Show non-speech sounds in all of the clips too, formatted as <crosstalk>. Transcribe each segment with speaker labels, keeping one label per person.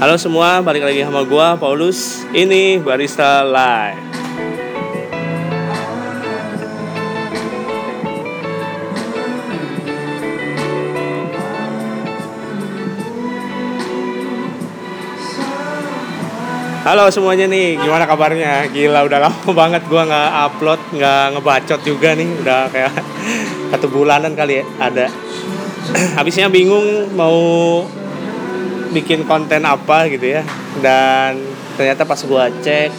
Speaker 1: Halo semua, balik lagi sama gua Paulus. Ini Barista Live. Halo semuanya nih, gimana kabarnya? Gila udah lama <laughs> banget gua nggak upload, nggak ngebacot juga nih, udah kayak <laughs> satu bulanan kali ya ada. <clears throat> Habisnya bingung mau bikin konten apa gitu ya, dan ternyata pas gua cek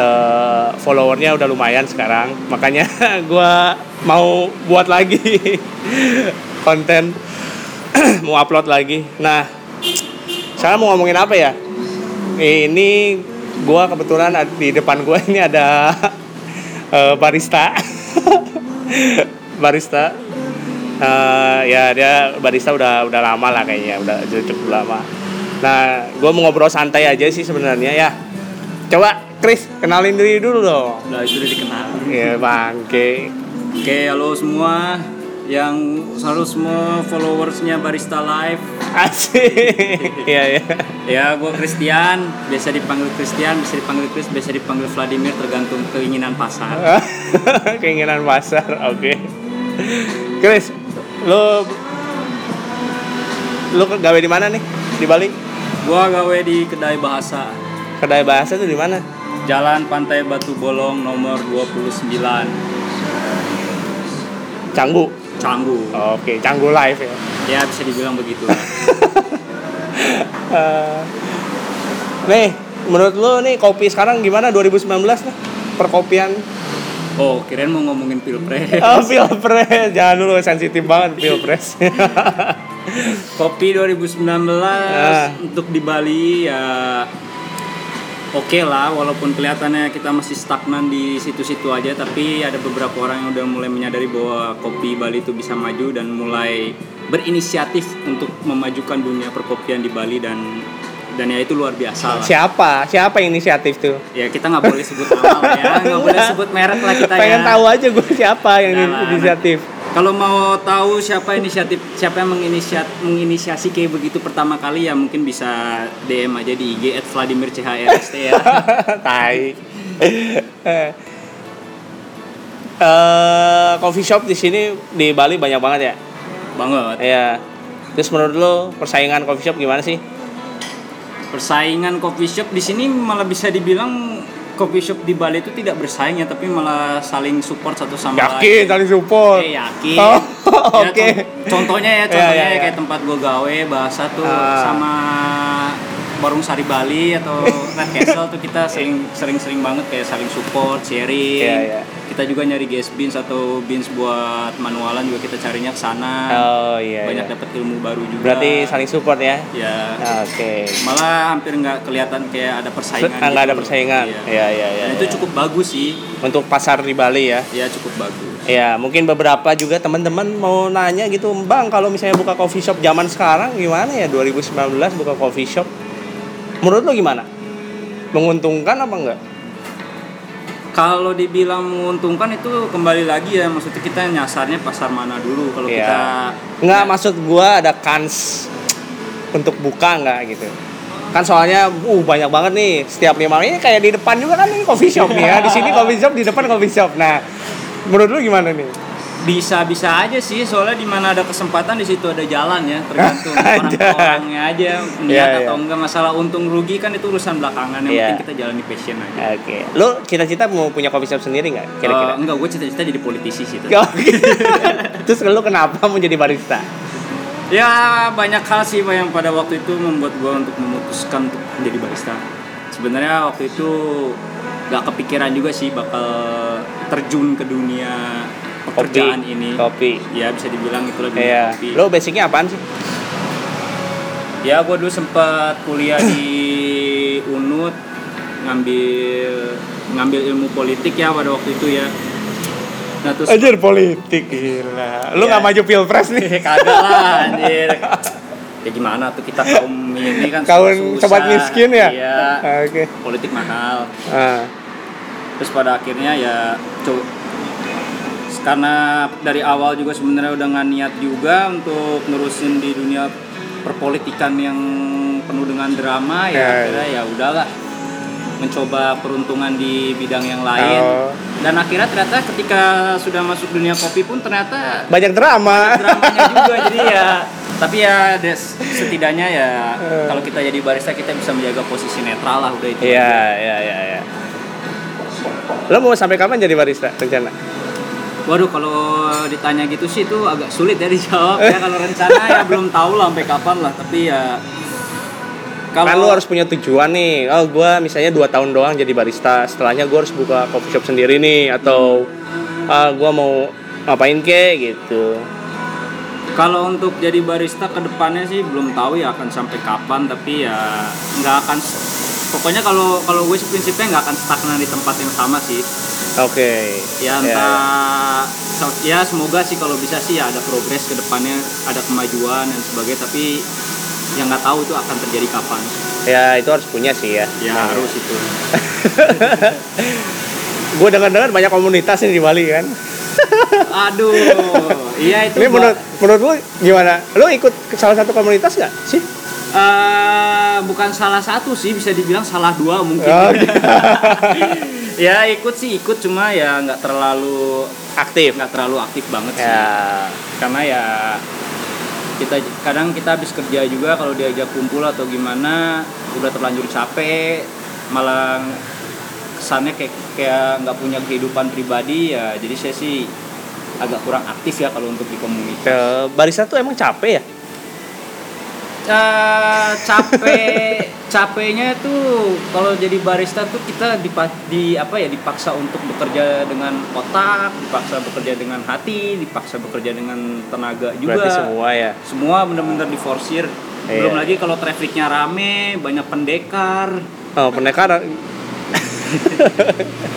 Speaker 1: eh, followernya udah lumayan sekarang, makanya <laughs> gua mau buat lagi <laughs> konten, <clears throat> mau upload lagi. Nah, sekarang mau ngomongin apa ya? ini gua kebetulan ad- di depan gua ini ada <laughs> eh, barista <laughs> barista Eh, ya dia barista udah udah lama lah kayaknya udah cukup lama nah gua mau ngobrol santai aja sih sebenarnya ya coba Chris kenalin diri dulu dong
Speaker 2: Udah itu udah dikenal.
Speaker 1: ya bangke <laughs>
Speaker 2: Oke, halo semua yang selalu semua followersnya Barista Live.
Speaker 1: asik ya ya
Speaker 2: Ya, gue Christian, biasa dipanggil Christian, bisa dipanggil Chris, biasa dipanggil Vladimir tergantung keinginan pasar.
Speaker 1: <laughs> keinginan pasar oke Chris lo lo ke- gawe di mana nih di Bali
Speaker 2: Gua gawe di kedai bahasa
Speaker 1: kedai bahasa itu di mana
Speaker 2: Jalan Pantai Batu Bolong nomor 29
Speaker 1: Canggu
Speaker 2: Canggu.
Speaker 1: oke Canggu live ya
Speaker 2: Ya bisa dibilang begitu.
Speaker 1: Eh, nih menurut lo nih kopi sekarang gimana 2019 nih perkopian
Speaker 2: Oh, kirain mau ngomongin pilpres.
Speaker 1: <laughs> oh, pilpres jangan dulu sensitif banget pilpres
Speaker 2: Kopi 2019
Speaker 1: Ah.
Speaker 2: untuk di Bali ya oke lah walaupun kelihatannya kita masih stagnan di situ-situ aja tapi ada beberapa orang yang udah mulai menyadari bahwa kopi Bali itu bisa maju dan mulai berinisiatif untuk memajukan dunia perkopian di Bali dan dan ya itu luar biasa lah.
Speaker 1: siapa siapa yang inisiatif tuh
Speaker 2: Ya kita nggak boleh sebut nama lah ya, nggak boleh sebut merek lah kita
Speaker 1: pengen
Speaker 2: ya.
Speaker 1: tahu aja gue siapa yang
Speaker 2: Udah lah.
Speaker 1: inisiatif
Speaker 2: Kalau mau tahu siapa inisiatif siapa yang menginisiat menginisiasi kayak begitu pertama kali ya mungkin bisa DM aja di IG @vladimirchrst ya.
Speaker 1: <laughs> tai eh eh, coffee shop di sini di Bali banyak banget ya
Speaker 2: Banget.
Speaker 1: Iya. terus menurut lo persaingan coffee shop gimana sih
Speaker 2: Persaingan coffee shop di sini malah bisa dibilang coffee shop di Bali itu tidak bersaing ya tapi malah saling support satu sama lain.
Speaker 1: yakin saling support
Speaker 2: Eh, yakin.
Speaker 1: Oh,
Speaker 2: Ya,
Speaker 1: oke.
Speaker 2: con-
Speaker 1: Ya,
Speaker 2: contohnya ya, contohnya
Speaker 1: ya,
Speaker 2: ya
Speaker 1: ya.
Speaker 2: kayak tempat gue gawe bahasa tuh
Speaker 1: Ah.
Speaker 2: sama Warung Sari Bali atau Red Castle tuh kita sering sering-sering banget kayak saling support, sharing.
Speaker 1: Ya, ya.
Speaker 2: Kita juga nyari guest beans atau beans buat manualan juga kita carinya ke sana.
Speaker 1: oh iya
Speaker 2: Banyak
Speaker 1: iya.
Speaker 2: dapat ilmu baru juga.
Speaker 1: berarti saling support ya
Speaker 2: ya
Speaker 1: oke Ah,
Speaker 2: malah hampir nggak kelihatan kayak ada persaingan.
Speaker 1: nggak
Speaker 2: gitu
Speaker 1: ada
Speaker 2: loh.
Speaker 1: persaingan
Speaker 2: Iya.
Speaker 1: Iya, iya, iya,
Speaker 2: Dan itu
Speaker 1: iya.
Speaker 2: cukup bagus sih.
Speaker 1: untuk pasar di Bali ya
Speaker 2: Ya cukup bagus.
Speaker 1: Ya, mungkin beberapa juga teman-teman mau nanya gitu, Bang, kalau misalnya buka coffee shop zaman sekarang gimana ya 2019 buka coffee shop? Menurut lo gimana? Menguntungkan apa enggak?
Speaker 2: Kalau dibilang menguntungkan itu kembali lagi ya maksudnya kita nyasarnya pasar mana dulu kalau
Speaker 1: Iya.
Speaker 2: kita
Speaker 1: Enggak, maksud gua ada kans untuk buka enggak gitu. Kan soalnya uh banyak banget nih setiap lima ini kayak di depan juga kan ini coffee shop nih ya. Di sini coffee shop, di depan coffee shop. Nah, menurut lu gimana nih?
Speaker 2: bisa-bisa aja sih soalnya di mana ada kesempatan di situ ada jalan ya
Speaker 1: <laughs>
Speaker 2: tergantung orang-orangnya aja niat
Speaker 1: Iya,
Speaker 2: atau
Speaker 1: iya.
Speaker 2: enggak masalah untung rugi kan itu urusan belakangan yang
Speaker 1: Iya.
Speaker 2: penting kita jalani passion aja.
Speaker 1: Oke. Lu cita-cita mau punya coffee shop sendiri enggak
Speaker 2: Eh,
Speaker 1: kira-kira?
Speaker 2: enggak gue cita-cita jadi politisi sih itu.
Speaker 1: <laughs> Oke. Terus lu kenapa mau jadi barista?
Speaker 2: Ya banyak hal sih Pak, yang pada waktu itu membuat gue untuk memutuskan untuk menjadi barista. Sebenarnya waktu itu nggak kepikiran juga sih bakal terjun ke dunia pekerjaan ini.
Speaker 1: Kopi.
Speaker 2: Ya bisa dibilang itulah dunia
Speaker 1: Iya.
Speaker 2: kopi.
Speaker 1: Lo basicnya apaan sih?
Speaker 2: Ya gue dulu sempat kuliah di Unut ngambil ngambil ilmu politik ya pada waktu itu ya. Nah terus
Speaker 1: Anjir politik gila. Lu
Speaker 2: Iya.
Speaker 1: nggak maju pilpres
Speaker 2: <laughs>
Speaker 1: nih.
Speaker 2: kagak lah anjir ya gimana tuh kita kaum ini kan
Speaker 1: Kawan
Speaker 2: susah.
Speaker 1: sobat miskin ya?
Speaker 2: iya
Speaker 1: Oke.
Speaker 2: politik mahal
Speaker 1: Ah.
Speaker 2: terus pada akhirnya ya co- karena dari awal juga sebenarnya udah nggak niat juga untuk nerusin di dunia perpolitikan yang penuh dengan dengan drama ya
Speaker 1: Ya,
Speaker 2: akhirnya ya udahlah mencoba peruntungan di bidang yang lain
Speaker 1: Oh.
Speaker 2: dan akhirnya ternyata ketika sudah masuk dunia kopi pun ternyata
Speaker 1: Banyak drama.
Speaker 2: dramanya juga jadi ya tapi ya des- setidaknya ya kalau kita jadi barista kita bisa menjaga posisi netral lah udah itu
Speaker 1: <laughs> Iya, iya, iya, iya. Lo mau sampai kapan jadi barista rencana?
Speaker 2: Waduh kalau ditanya gitu sih itu agak sulit ya dijawab ya kalau rencana ya belum tahu lah sampai kapan lah tapi ya
Speaker 1: Kan lo harus punya tujuan nih. Oh, gua misalnya dua tahun doang jadi barista. Setelahnya gua harus buka coffee shop sendiri nih atau ah, gua mau ngapain kek gitu.
Speaker 2: kalau untuk jadi barista ke depannya sih belum tahu ya akan sampai kapan tapi ya nggak akan pokoknya kalau kalau gue sih prinsipnya nggak akan stagnan di tempat yang sama sih
Speaker 1: Oke. Iya,
Speaker 2: ya entah so- ya semoga sih kalau bisa sih ya ada progres ke depannya ada kemajuan dan sebagainya tapi yang nggak tahu itu akan terjadi kapan
Speaker 1: Ya, itu harus punya sih ya.
Speaker 2: ya
Speaker 1: Nah,
Speaker 2: harus itu
Speaker 1: Gue dengar-dengar banyak komunitas nih di Bali kan.
Speaker 2: aduh iya itu
Speaker 1: Ini
Speaker 2: Mbak.
Speaker 1: menurut menurut lu gimana? Lu ikut ke salah satu komunitas nggak sih?
Speaker 2: Eh, bukan salah satu sih bisa dibilang salah dua mungkin
Speaker 1: Oh, gitu.
Speaker 2: <laughs> ya ikut sih ikut cuma ya nggak terlalu
Speaker 1: <laughs> Aktif.
Speaker 2: nggak terlalu aktif banget sih
Speaker 1: Ya.
Speaker 2: karena ya kita kadang kita habis kerja juga kalau diajak kumpul atau gimana udah terlanjur capek malah kesannya kayak kayak nggak punya kehidupan pribadi ya jadi saya sih agak kurang aktif ya kalau untuk di komunitas
Speaker 1: Ke barista tuh emang capek ya?
Speaker 2: Eh,
Speaker 1: <laughs>
Speaker 2: capek capeknya tuh kalau jadi barista tuh kita dipa, di apa ya dipaksa untuk bekerja dengan otak, dipaksa bekerja dengan hati, dipaksa bekerja dengan tenaga juga.
Speaker 1: Berarti semua ya.
Speaker 2: Semua bener-bener diforsir.
Speaker 1: Iya.
Speaker 2: Belum lagi kalau trafficnya rame, banyak pendekar.
Speaker 1: Oh, pendekar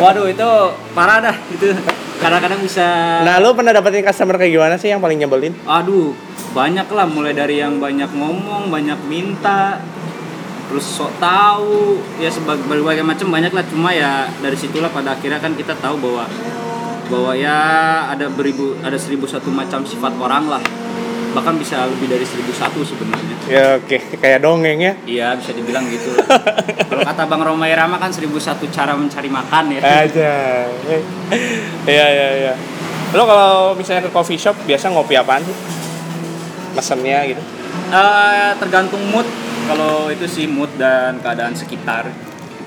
Speaker 2: Waduh itu parah dah itu. Kadang-kadang bisa
Speaker 1: Nah, lu pernah dapetin customer kayak gimana sih yang paling nyebelin?
Speaker 2: aduh banyak lah mulai dari yang banyak ngomong banyak minta terus sok tahu ya sebagai berbagai macam banyak lah cuma ya dari situlah pada akhirnya kan kita tahu bahwa bahwa ya ada beribu ada seribu satu macam sifat orang lah bahkan bisa lebih dari seribu satu sebenarnya
Speaker 1: Ya oke, kayak dongeng ya.
Speaker 2: iya bisa dibilang gitu lah kalau kata bang Romai Rama kan seribu satu cara mencari makan ya
Speaker 1: Eh. Aja. Iya, iya, iya. Lo kalau misalnya ke coffee shop biasa ngopi apaan sih? Mesennya gitu.
Speaker 2: Eh, tergantung mood kalau itu sih mood dan keadaan sekitar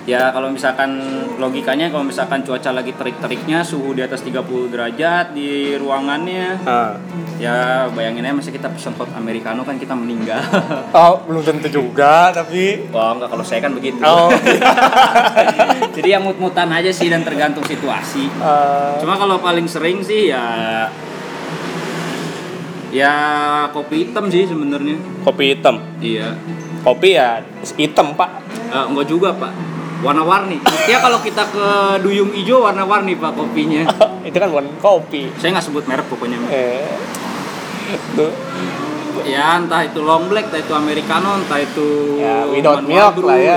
Speaker 2: ya kalau misalkan logikanya kalau misalkan cuaca lagi terik-teriknya suhu di atas 30 derajat di ruangannya
Speaker 1: Ah.
Speaker 2: ya bayangin aja masih kita pesen hot americano kan kita meninggal <laughs>
Speaker 1: Oh, belum tentu juga, tapi
Speaker 2: wah enggak kalau saya kan begitu
Speaker 1: <laughs> oh.
Speaker 2: <laughs> jadi yang mood-moodan aja sih dan tergantung situasi
Speaker 1: eh,
Speaker 2: Cuma kalau paling sering sih ya ya kopi hitam sih sebenarnya.
Speaker 1: kopi hitam.
Speaker 2: Iya.
Speaker 1: Kopi ya hitam, Pak. <laughs>
Speaker 2: Eh, enggak juga, Pak. Warna-warni. Ya kalau kita ke Duyung Ijo warna-warni, Pak, kopinya.
Speaker 1: Itu kan bukan kopi.
Speaker 2: Saya nggak sebut merek pokoknya.
Speaker 1: Eh. Tuh.
Speaker 2: Ya entah itu long black, entah itu americano, entah itu
Speaker 1: Ya, without
Speaker 2: manual
Speaker 1: milk
Speaker 2: brew,
Speaker 1: lah ya.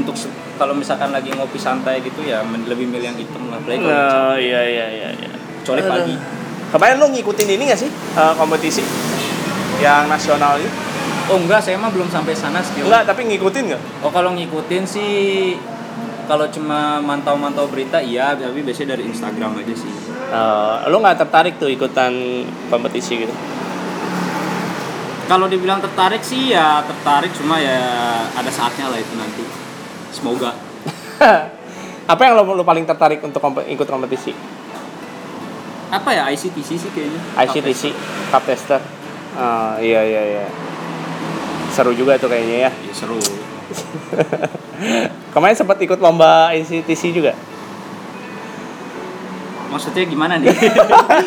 Speaker 2: untuk se- kalau misalkan lagi ngopi santai gitu ya men- lebih milih yang hitam lah. Apalagi kalau-
Speaker 1: Oh, iya iya iya iya.
Speaker 2: Kecuali pagi.
Speaker 1: Kemarin lo ngikutin ini gak sih eh, kompetisi yang nasional itu?
Speaker 2: Oh enggak, saya mah belum sampai sana skill.
Speaker 1: Enggak, tapi ngikutin nggak?
Speaker 2: Oh kalau ngikutin sih kalau cuma mantau-mantau berita iya tapi biasanya dari Instagram aja sih.
Speaker 1: lo Eh, nggak tertarik tuh ikutan kompetisi gitu?
Speaker 2: Kalau dibilang tertarik sih ya tertarik cuma ya ada saatnya lah itu nanti. Semoga.
Speaker 1: <laughs> Apa yang lo, lo paling tertarik untuk kompe- ikut kompetisi?
Speaker 2: Apa ya ICTC sih kayaknya?
Speaker 1: ICTC, Cup Tester. Ah, iya iya iya. Seru juga tuh kayaknya ya. <laughs>
Speaker 2: Ya, seru.
Speaker 1: Kemarin sempat ikut lomba ICTC <laughs> juga.
Speaker 2: Maksudnya gimana nih?
Speaker 1: Gitu.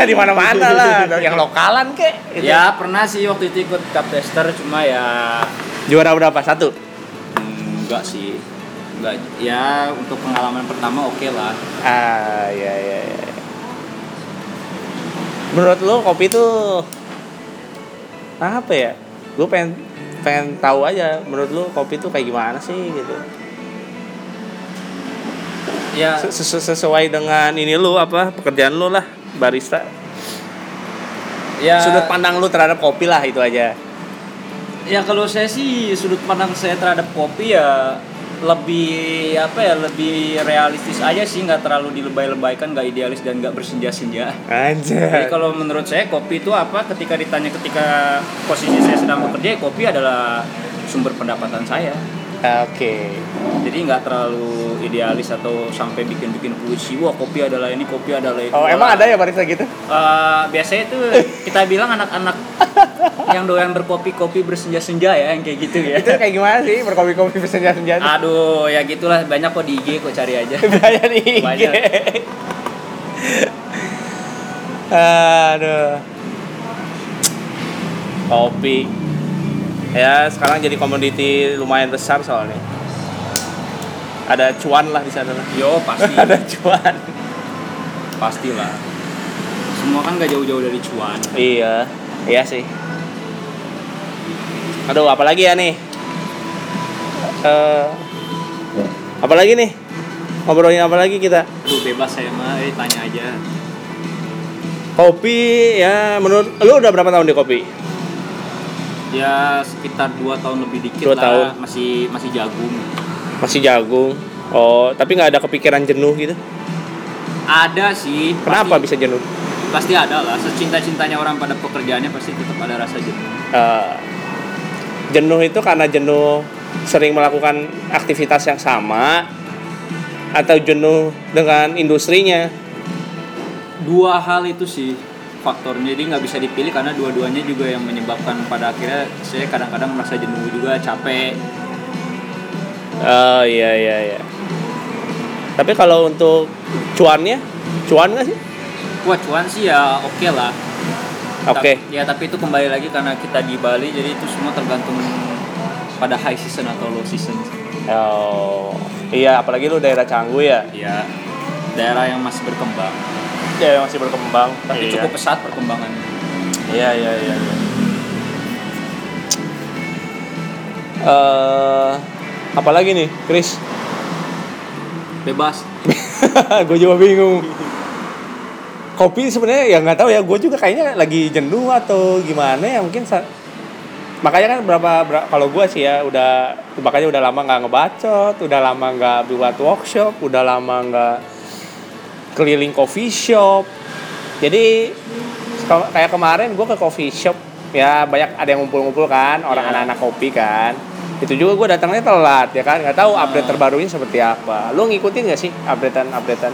Speaker 1: Di mana-mana lah, yang lokalan kek. gitu.
Speaker 2: ya pernah sih waktu itu ikut cup tester cuma ya
Speaker 1: Juara berapa? Satu.
Speaker 2: hmm, enggak sih. Enggak. Ya untuk pengalaman pertama oke lah.
Speaker 1: Ah, iya iya iya. Menurut lo kopi itu apa ya? Gue pengen pengen tahu aja menurut lu kopi itu kayak gimana sih gitu.
Speaker 2: Ya
Speaker 1: Se- sesu- Sesuai dengan ini lu apa pekerjaan lu lah barista.
Speaker 2: ya
Speaker 1: Sudut pandang lu terhadap kopi lah itu aja.
Speaker 2: ya kalau saya sih sudut pandang saya terhadap kopi ya lebih apa ya lebih realistis aja sih nggak terlalu dilebay-lebaykan nggak idealis dan nggak bersenja-senja
Speaker 1: Anjir.
Speaker 2: Jadi kalau menurut saya kopi itu apa? Ketika ditanya ketika posisi saya sedang bekerja, ya kopi adalah sumber pendapatan saya.
Speaker 1: Ah, Oke.
Speaker 2: Jadi nggak terlalu idealis atau sampai bikin-bikin puisi. Wah kopi adalah ini, kopi adalah itu.
Speaker 1: Oh, emang ada ya barista gitu?
Speaker 2: Eh, biasanya itu kita bilang
Speaker 1: <laughs>
Speaker 2: anak-anak yang doyan berkopi-kopi bersenja-senja ya, yang kayak gitu ya.
Speaker 1: Itu kayak gimana sih berkopi-kopi bersenja-senja?
Speaker 2: Aduh, ya gitulah banyak kok di IG kok cari
Speaker 1: <laughs>
Speaker 2: aja.
Speaker 1: Banyak nih.
Speaker 2: Banyak.
Speaker 1: Aduh. Kopi. Ya, sekarang jadi komoditi lumayan besar soalnya. Ada cuan lah di sana lah.
Speaker 2: Yo pasti,
Speaker 1: <laughs> Ada cuan.
Speaker 2: pastilah. Semua kan nggak jauh-jauh dari cuan.
Speaker 1: Iya, iya sih. Aduh, apalagi ya nih? Eh, apalagi nih? Ngobrolin apa lagi kita?
Speaker 2: Aduh bebas saya mah, eh, tanya aja.
Speaker 1: Kopi ya menurut lu udah berapa tahun di kopi?
Speaker 2: Ya sekitar 2 tahun lebih dikit
Speaker 1: Dua
Speaker 2: lah
Speaker 1: tahun.
Speaker 2: masih masih jagung.
Speaker 1: Masih jagung. Oh, tapi nggak ada kepikiran jenuh gitu.
Speaker 2: Ada sih.
Speaker 1: Kenapa
Speaker 2: pasti,
Speaker 1: bisa jenuh?
Speaker 2: Pasti ada lah. Secinta-cintanya orang pada pekerjaannya pasti tetap ada rasa jenuh.
Speaker 1: Eh, jenuh itu karena jenuh sering melakukan aktivitas yang sama atau jenuh dengan industrinya.
Speaker 2: Dua hal itu sih faktornya jadi nggak bisa dipilih karena dua-duanya juga yang menyebabkan pada akhirnya saya kadang-kadang merasa jenuh juga capek
Speaker 1: Oh iya iya iya. Tapi kalau untuk cuannya, cuan nggak sih?
Speaker 2: Wah cuan sih ya oke lah
Speaker 1: Oke.
Speaker 2: Tap- ya tapi itu kembali lagi karena kita di Bali jadi itu semua tergantung pada high season atau low season
Speaker 1: Oh iya, apalagi lu daerah Canggu ya,
Speaker 2: ya daerah yang masih berkembang
Speaker 1: ya masih berkembang.
Speaker 2: tapi
Speaker 1: Iya.
Speaker 2: cukup pesat perkembangannya
Speaker 1: Iya iya iya. iya. Eh, apalagi nih, Chris?
Speaker 2: bebas
Speaker 1: <laughs> gue juga bingung. Kopi sebenarnya ya nggak tahu ya, gue juga kayaknya lagi jenuh atau gimana ya mungkin. sa- Makanya kan berapa, bera- kalau gue sih ya udah makanya udah lama nggak ngebacot, udah lama nggak buat workshop, udah lama nggak keliling coffee shop. Jadi kalau- kayak kemarin gue ke coffee shop ya banyak ada yang ngumpul-ngumpul kan orang
Speaker 2: Iya.
Speaker 1: anak-anak kopi kan itu juga gue datangnya telat ya kan nggak tahu
Speaker 2: Hmm.
Speaker 1: update terbarunya seperti apa lo ngikutin nggak sih updatean updatean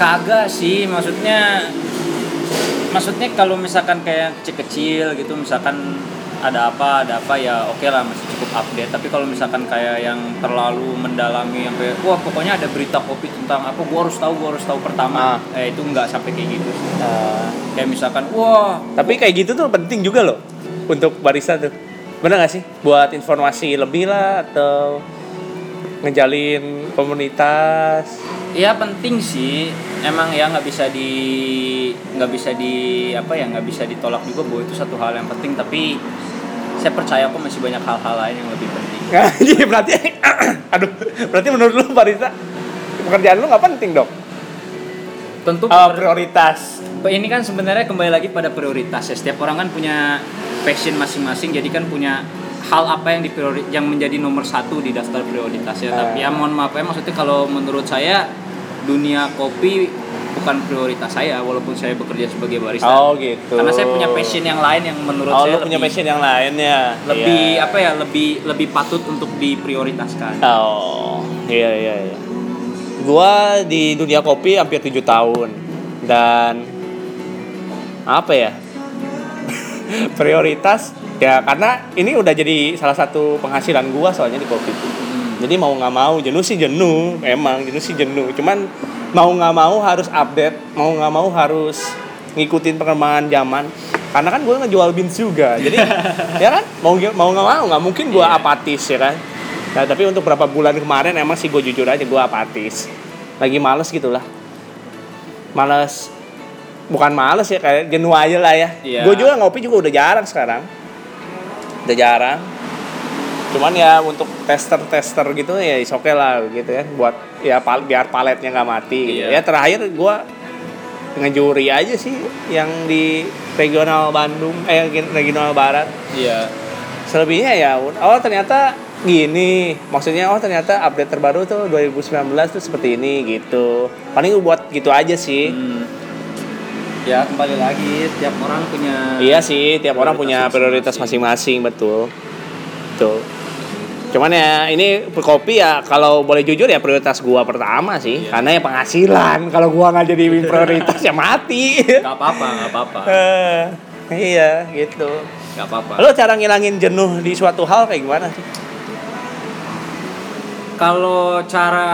Speaker 2: kagak sih maksudnya maksudnya kalau misalkan kayak kecil-kecil gitu misalkan ada apa ada apa ya oke lah masih cukup update tapi kalau misalkan kayak yang terlalu mendalami sampai wah pokoknya ada berita kopi tentang apa gua harus tahu gua harus tahu pertama
Speaker 1: Ah.
Speaker 2: eh itu nggak sampai kayak gitu kayak misalkan wah
Speaker 1: tapi kayak gitu tuh penting juga loh untuk barista tuh bener nggak sih buat informasi lebih lah atau ngejalin komunitas
Speaker 2: Iya penting sih. Emang ya nggak bisa di nggak bisa di apa ya nggak bisa ditolak juga bahwa itu satu hal yang penting. Tapi saya percaya kok masih banyak hal-hal lain yang lebih penting.
Speaker 1: <laughs> jadi berarti <coughs> aduh berarti menurut lu barista pekerjaan lu nggak penting dong
Speaker 2: Tentu
Speaker 1: Eh,
Speaker 2: pemer-
Speaker 1: prioritas
Speaker 2: ini kan sebenarnya kembali lagi pada prioritas ya. Setiap orang kan punya passion masing-masing. Jadi kan punya hal apa yang dipriori yang menjadi nomor satu di daftar prioritas ya.
Speaker 1: Ah.
Speaker 2: Tapi ya mohon maaf ya maksudnya kalau menurut saya dunia kopi bukan prioritas saya walaupun saya bekerja sebagai barista.
Speaker 1: oh gitu
Speaker 2: karena saya punya passion yang lain yang menurut
Speaker 1: oh,
Speaker 2: saya
Speaker 1: lu
Speaker 2: lebih,
Speaker 1: punya passion yang lain ya
Speaker 2: lebih
Speaker 1: Iya.
Speaker 2: apa ya lebih lebih patut untuk diprioritaskan
Speaker 1: Oh, iya iya iya. Gua di dunia kopi hampir tujuh tahun dan apa ya? <laughs> prioritas ya karena ini udah jadi salah satu penghasilan gua soalnya di kopi. Jadi mau nggak mau jenuh sih jenuh, emang jenuh sih jenuh. Cuman mau nggak mau harus update, mau nggak mau harus ngikutin perkembangan zaman. Karena kan gue ngejual beans juga, jadi ya kan mau gi- mau nggak mau nggak mungkin gue
Speaker 2: Iya.
Speaker 1: apatis ya kan. Nah, tapi untuk berapa bulan kemarin emang sih gue jujur aja gue apatis, lagi males gitulah, males bukan males ya kayak jenuh aja lah ya.
Speaker 2: Iya.
Speaker 1: Gue juga ngopi juga udah jarang sekarang, udah jarang cuman ya untuk tester tester gitu ya is okay lah gitu ya buat ya pal- biar paletnya nggak mati gitu. ya
Speaker 2: Iya.
Speaker 1: terakhir gua ngejuri aja sih yang di regional Bandung eh regional Barat
Speaker 2: Iya.
Speaker 1: selebihnya ya oh ternyata gini maksudnya oh ternyata update terbaru tuh 2019 tuh seperti ini gitu paling buat gitu aja sih
Speaker 2: Hmm. Ya kembali lagi tiap orang punya
Speaker 1: Iya sih, tiap orang punya prioritas
Speaker 2: Prioritas
Speaker 1: masing-masing, betul. Betul. Cuman ya ini kopi ya kalau boleh jujur ya prioritas gua pertama sih, karena ya penghasilan. Kalau gua nggak jadi prioritas ya mati.
Speaker 2: Gak apa-apa, gak apa-apa,
Speaker 1: <laughs> Eh, iya, gitu.
Speaker 2: gak apa-apa.
Speaker 1: Lo cara ngilangin jenuh di suatu hal kayak gimana sih?
Speaker 2: Kalau cara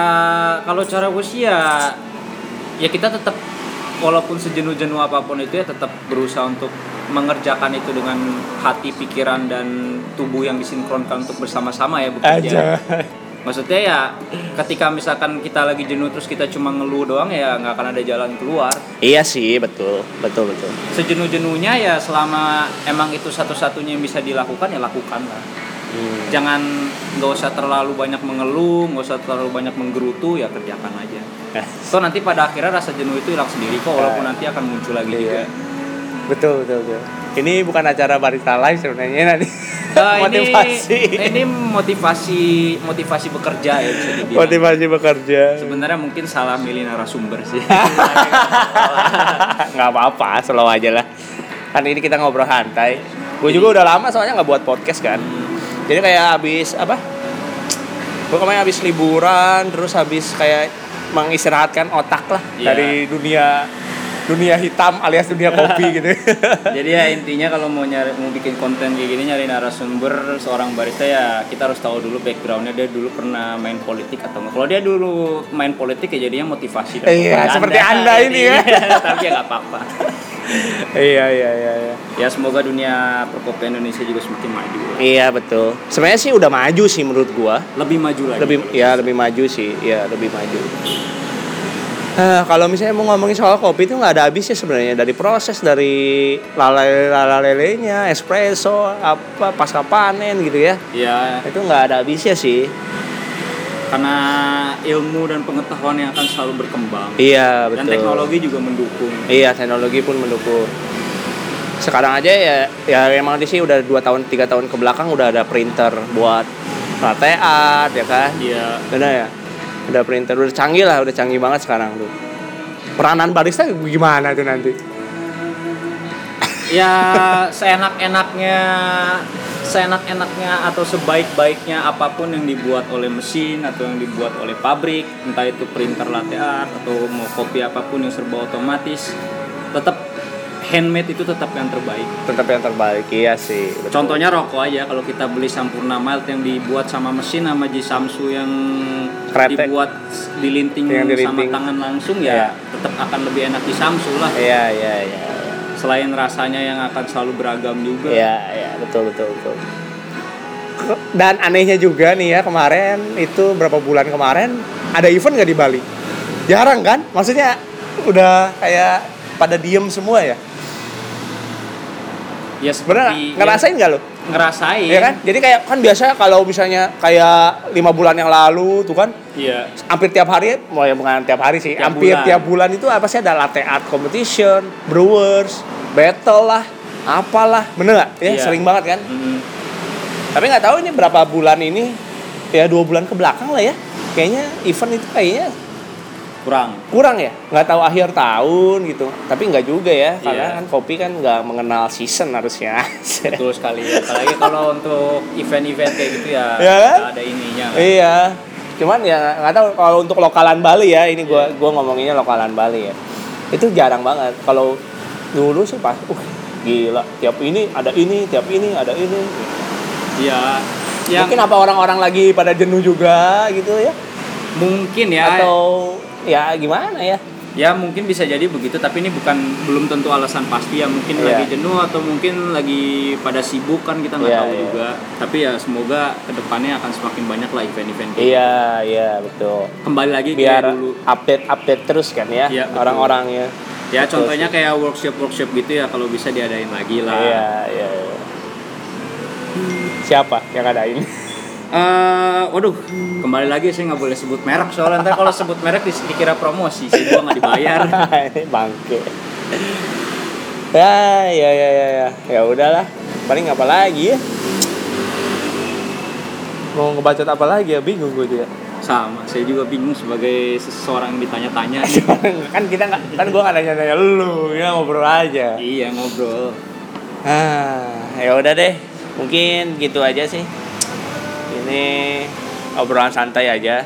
Speaker 2: kalau cara gue sih ya ya kita tetap walaupun sejenuh-jenuh apapun itu ya tetap berusaha untuk mengerjakan itu dengan hati, pikiran dan tubuh yang disinkronkan untuk bersama-sama ya bekerja.
Speaker 1: Aja.
Speaker 2: Maksudnya ya ketika misalkan kita lagi jenuh terus kita cuma ngeluh doang ya nggak akan ada jalan keluar.
Speaker 1: Iya sih, betul. Betul, betul.
Speaker 2: sejenuh-jenuhnya ya selama emang itu satu-satunya yang bisa dilakukan ya lakukan lah
Speaker 1: Hmm.
Speaker 2: jangan nggak usah terlalu banyak mengeluh nggak usah terlalu banyak menggerutu ya kerjakan aja
Speaker 1: Nah,
Speaker 2: so nanti pada akhirnya rasa jenuh itu hilang sendiri kok walaupun
Speaker 1: Eh.
Speaker 2: nanti akan muncul lagi
Speaker 1: Iya. <laughs>
Speaker 2: juga
Speaker 1: betul, betul, betul. Ini bukan acara barista live sebenarnya nanti.
Speaker 2: Eh,
Speaker 1: Nah, <laughs> motivasi.
Speaker 2: ini ini motivasi motivasi bekerja ya bisa dibilang
Speaker 1: Motivasi bekerja.
Speaker 2: sebenarnya mungkin salah milih narasumber
Speaker 1: <laughs>
Speaker 2: sih
Speaker 1: nggak apa-apa slow aja lah kan ini kita ngobrol santai gue juga udah lama soalnya nggak buat podcast kan jadi kayak habis apa gue kemarin habis liburan terus habis kayak mengistirahatkan otak lah
Speaker 2: Iya.
Speaker 1: dari dunia dunia hitam alias dunia <laughs> kopi gitu
Speaker 2: Jadi ya intinya kalau mau nyari mau bikin konten kayak gini nyari narasumber seorang barista ya kita harus tahu dulu backgroundnya dia dulu pernah main politik atau enggak. Kalau dia dulu main politik ya jadinya motivasi.
Speaker 1: Iya,
Speaker 2: dan propaganda.
Speaker 1: seperti Anda ini ya.
Speaker 2: <laughs> Tapi ya nggak apa-apa.
Speaker 1: iya iya iya iya.
Speaker 2: Ya semoga dunia perkopian Indonesia juga semakin maju.
Speaker 1: iya betul sebenarnya sih udah maju sih menurut gue
Speaker 2: Lebih maju lagi.
Speaker 1: lebih
Speaker 2: kalau
Speaker 1: ya lebih maju sih ya lebih maju Eh, kalau misalnya mau ngomongin soal kopi itu nggak ada habisnya sebenarnya dari proses dari lalale lalalelenya espresso apa pasca panen gitu ya
Speaker 2: bisa. Ya
Speaker 1: itu nggak ada habisnya sih
Speaker 2: karena ilmu dan pengetahuan yang akan selalu berkembang.
Speaker 1: iya betul
Speaker 2: Dan teknologi juga mendukung.
Speaker 1: iya teknologi pun mendukung sekarang aja ya ya emang di sini udah dua tahun tiga tahun ke belakang udah ada printer buat latte art ya kan
Speaker 2: Iya.
Speaker 1: Udah ya? Udah printer, udah canggih lah, udah canggih banget sekarang tuh. Peranan barista gimana tuh nanti?
Speaker 2: ya seenak-enaknya seenak-enaknya atau sebaik-baiknya apapun yang dibuat oleh mesin atau yang dibuat oleh pabrik entah itu printer latte art atau mau kopi apapun yang serba otomatis tetap handmade itu tetap yang terbaik
Speaker 1: Tetap yang terbaik, iya sih. betul.
Speaker 2: contohnya rokok aja kalau kita beli sampurna mild yang dibuat sama mesin sama Ji Samsu yang
Speaker 1: Kretek.
Speaker 2: dibuat dilinting,
Speaker 1: Yang dilinting.
Speaker 2: sama tangan langsung ya
Speaker 1: Iya.
Speaker 2: tetap akan lebih enak di Samsu lah
Speaker 1: Iya, iya, iya.
Speaker 2: selain rasanya yang akan selalu beragam juga
Speaker 1: Iya, iya, betul, betul, betul. Ke- Dan anehnya juga nih ya, kemarin itu berapa bulan kemarin ada event nggak di Bali? Jarang kan? Maksudnya udah kayak pada diem semua ya?
Speaker 2: ya
Speaker 1: Bener
Speaker 2: seperti-
Speaker 1: ngerasain nggak lo?
Speaker 2: ngerasain
Speaker 1: Iya kan? Jadi kayak kan biasanya kalau misalnya kayak lima bulan yang lalu tuh kan
Speaker 2: iya
Speaker 1: hampir tiap hari, mau ya bukan tiap hari sih,
Speaker 2: Tiap
Speaker 1: hampir
Speaker 2: bulan.
Speaker 1: tiap bulan itu apa sih ada latte art competition, brewers, battle lah, apalah, bener nggak? Ya
Speaker 2: Iya.
Speaker 1: sering banget kan.
Speaker 2: Mm.
Speaker 1: Tapi nggak tahu ini berapa bulan ini, ya dua bulan ke belakang lah ya. Kayaknya event itu kayaknya
Speaker 2: kurang
Speaker 1: kurang ya, nggak tahu akhir tahun gitu. Tapi nggak juga ya, karena
Speaker 2: Iya.
Speaker 1: kan kopi kan nggak mengenal season harusnya. <laughs>
Speaker 2: betul sekali apalagi kalau untuk event-event kayak gitu ya
Speaker 1: Iya kan?
Speaker 2: nggak ada ininya kan?
Speaker 1: Iya. Cuman ya nggak tahu kalau untuk lokalan Bali ya, ini
Speaker 2: Iya.
Speaker 1: gua gua ngomonginnya lokalan Bali ya. Itu jarang banget. Kalau dulu sih pas uh, gila, tiap ini ada ini, tiap ini ada ini.
Speaker 2: iya yang
Speaker 1: Mungkin apa orang-orang lagi pada jenuh juga gitu ya
Speaker 2: mungkin ya
Speaker 1: atau ya gimana ya?
Speaker 2: ya mungkin bisa jadi begitu tapi ini bukan belum tentu alasan pasti ya mungkin
Speaker 1: Iya.
Speaker 2: lagi jenuh atau mungkin lagi pada sibuk kan kita nggak
Speaker 1: Iya,
Speaker 2: tahu
Speaker 1: iya.
Speaker 2: juga tapi ya semoga kedepannya akan semakin banyak lah event-event kayak gitu.
Speaker 1: Iya, iya betul.
Speaker 2: kembali lagi
Speaker 1: Biar
Speaker 2: kayak Iya, dulu
Speaker 1: update-update terus kan ya
Speaker 2: Iya, betul.
Speaker 1: orang-orangnya.
Speaker 2: ya
Speaker 1: Betul
Speaker 2: contohnya kayak workshop-workshop gitu ya kalau bisa diadain lagi lah
Speaker 1: Iya, iya, iya. Siapa yang ngadain?
Speaker 2: Eh, waduh, kembali lagi saya nggak boleh sebut merek soalnya ntar kalau sebut
Speaker 1: <laughs>
Speaker 2: merek dis- dikira promosi sih gua nggak dibayar.
Speaker 1: Bangke. ya ya ya ya ya ya udahlah paling apa lagi ya mau ngebacot apa lagi ya bingung gue juga
Speaker 2: sama saya juga bingung sebagai seseorang yang ditanya-tanya
Speaker 1: <laughs>
Speaker 2: nih.
Speaker 1: <laughs> kan kita nggak kan gue nggak nanya nanya lu kita ngobrol aja
Speaker 2: iya ngobrol
Speaker 1: ah ya udah deh mungkin gitu aja sih ini obrolan santai aja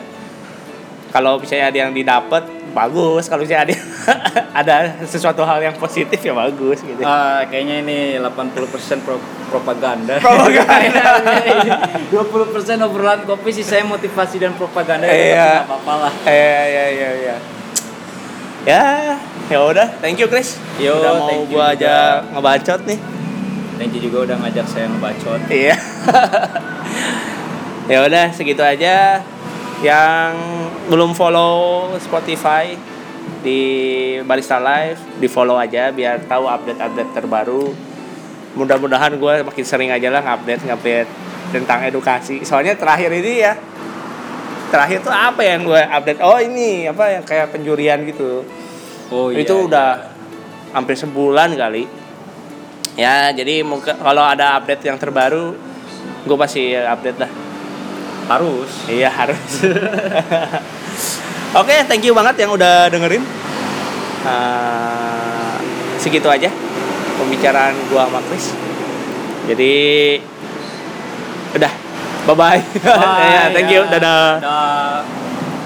Speaker 1: kalau misalnya ada yang didapat bagus kalau misalnya ada <laughs> ada sesuatu hal yang positif ya bagus gitu
Speaker 2: Ah, kayaknya ini 80% pro- propaganda <laughs>
Speaker 1: Propaganda.
Speaker 2: 20% obrolan kopi sih saya motivasi dan propaganda ya,
Speaker 1: Iya.
Speaker 2: tapi nggak apa-apa lah
Speaker 1: ya ya ya ya ya ya udah thank you Chris
Speaker 2: Yo,
Speaker 1: udah mau
Speaker 2: thank you
Speaker 1: gua
Speaker 2: juga.
Speaker 1: aja ngebacot nih
Speaker 2: thank you juga udah ngajak saya ngebacot
Speaker 1: Iya. <laughs> ya udah segitu aja. Yang belum follow Spotify di Barista Live, di follow aja biar tahu update-update terbaru. Mudah-mudahan gue makin sering aja lah update update tentang edukasi. Soalnya terakhir ini ya, terakhir tuh apa yang gue update? Oh ini apa yang kayak penjurian gitu
Speaker 2: oh
Speaker 1: itu udah hampir sebulan kali ya jadi mungkin kalau ada update yang terbaru gue pasti update lah
Speaker 2: harus
Speaker 1: <laughs> iya harus oke thank you banget yang udah dengerin Eh, segitu aja pembicaraan gua sama Chris jadi udah bye bye,
Speaker 2: Bye,
Speaker 1: <laughs> Iya, thank you
Speaker 2: ya.
Speaker 1: dadah
Speaker 2: Dah.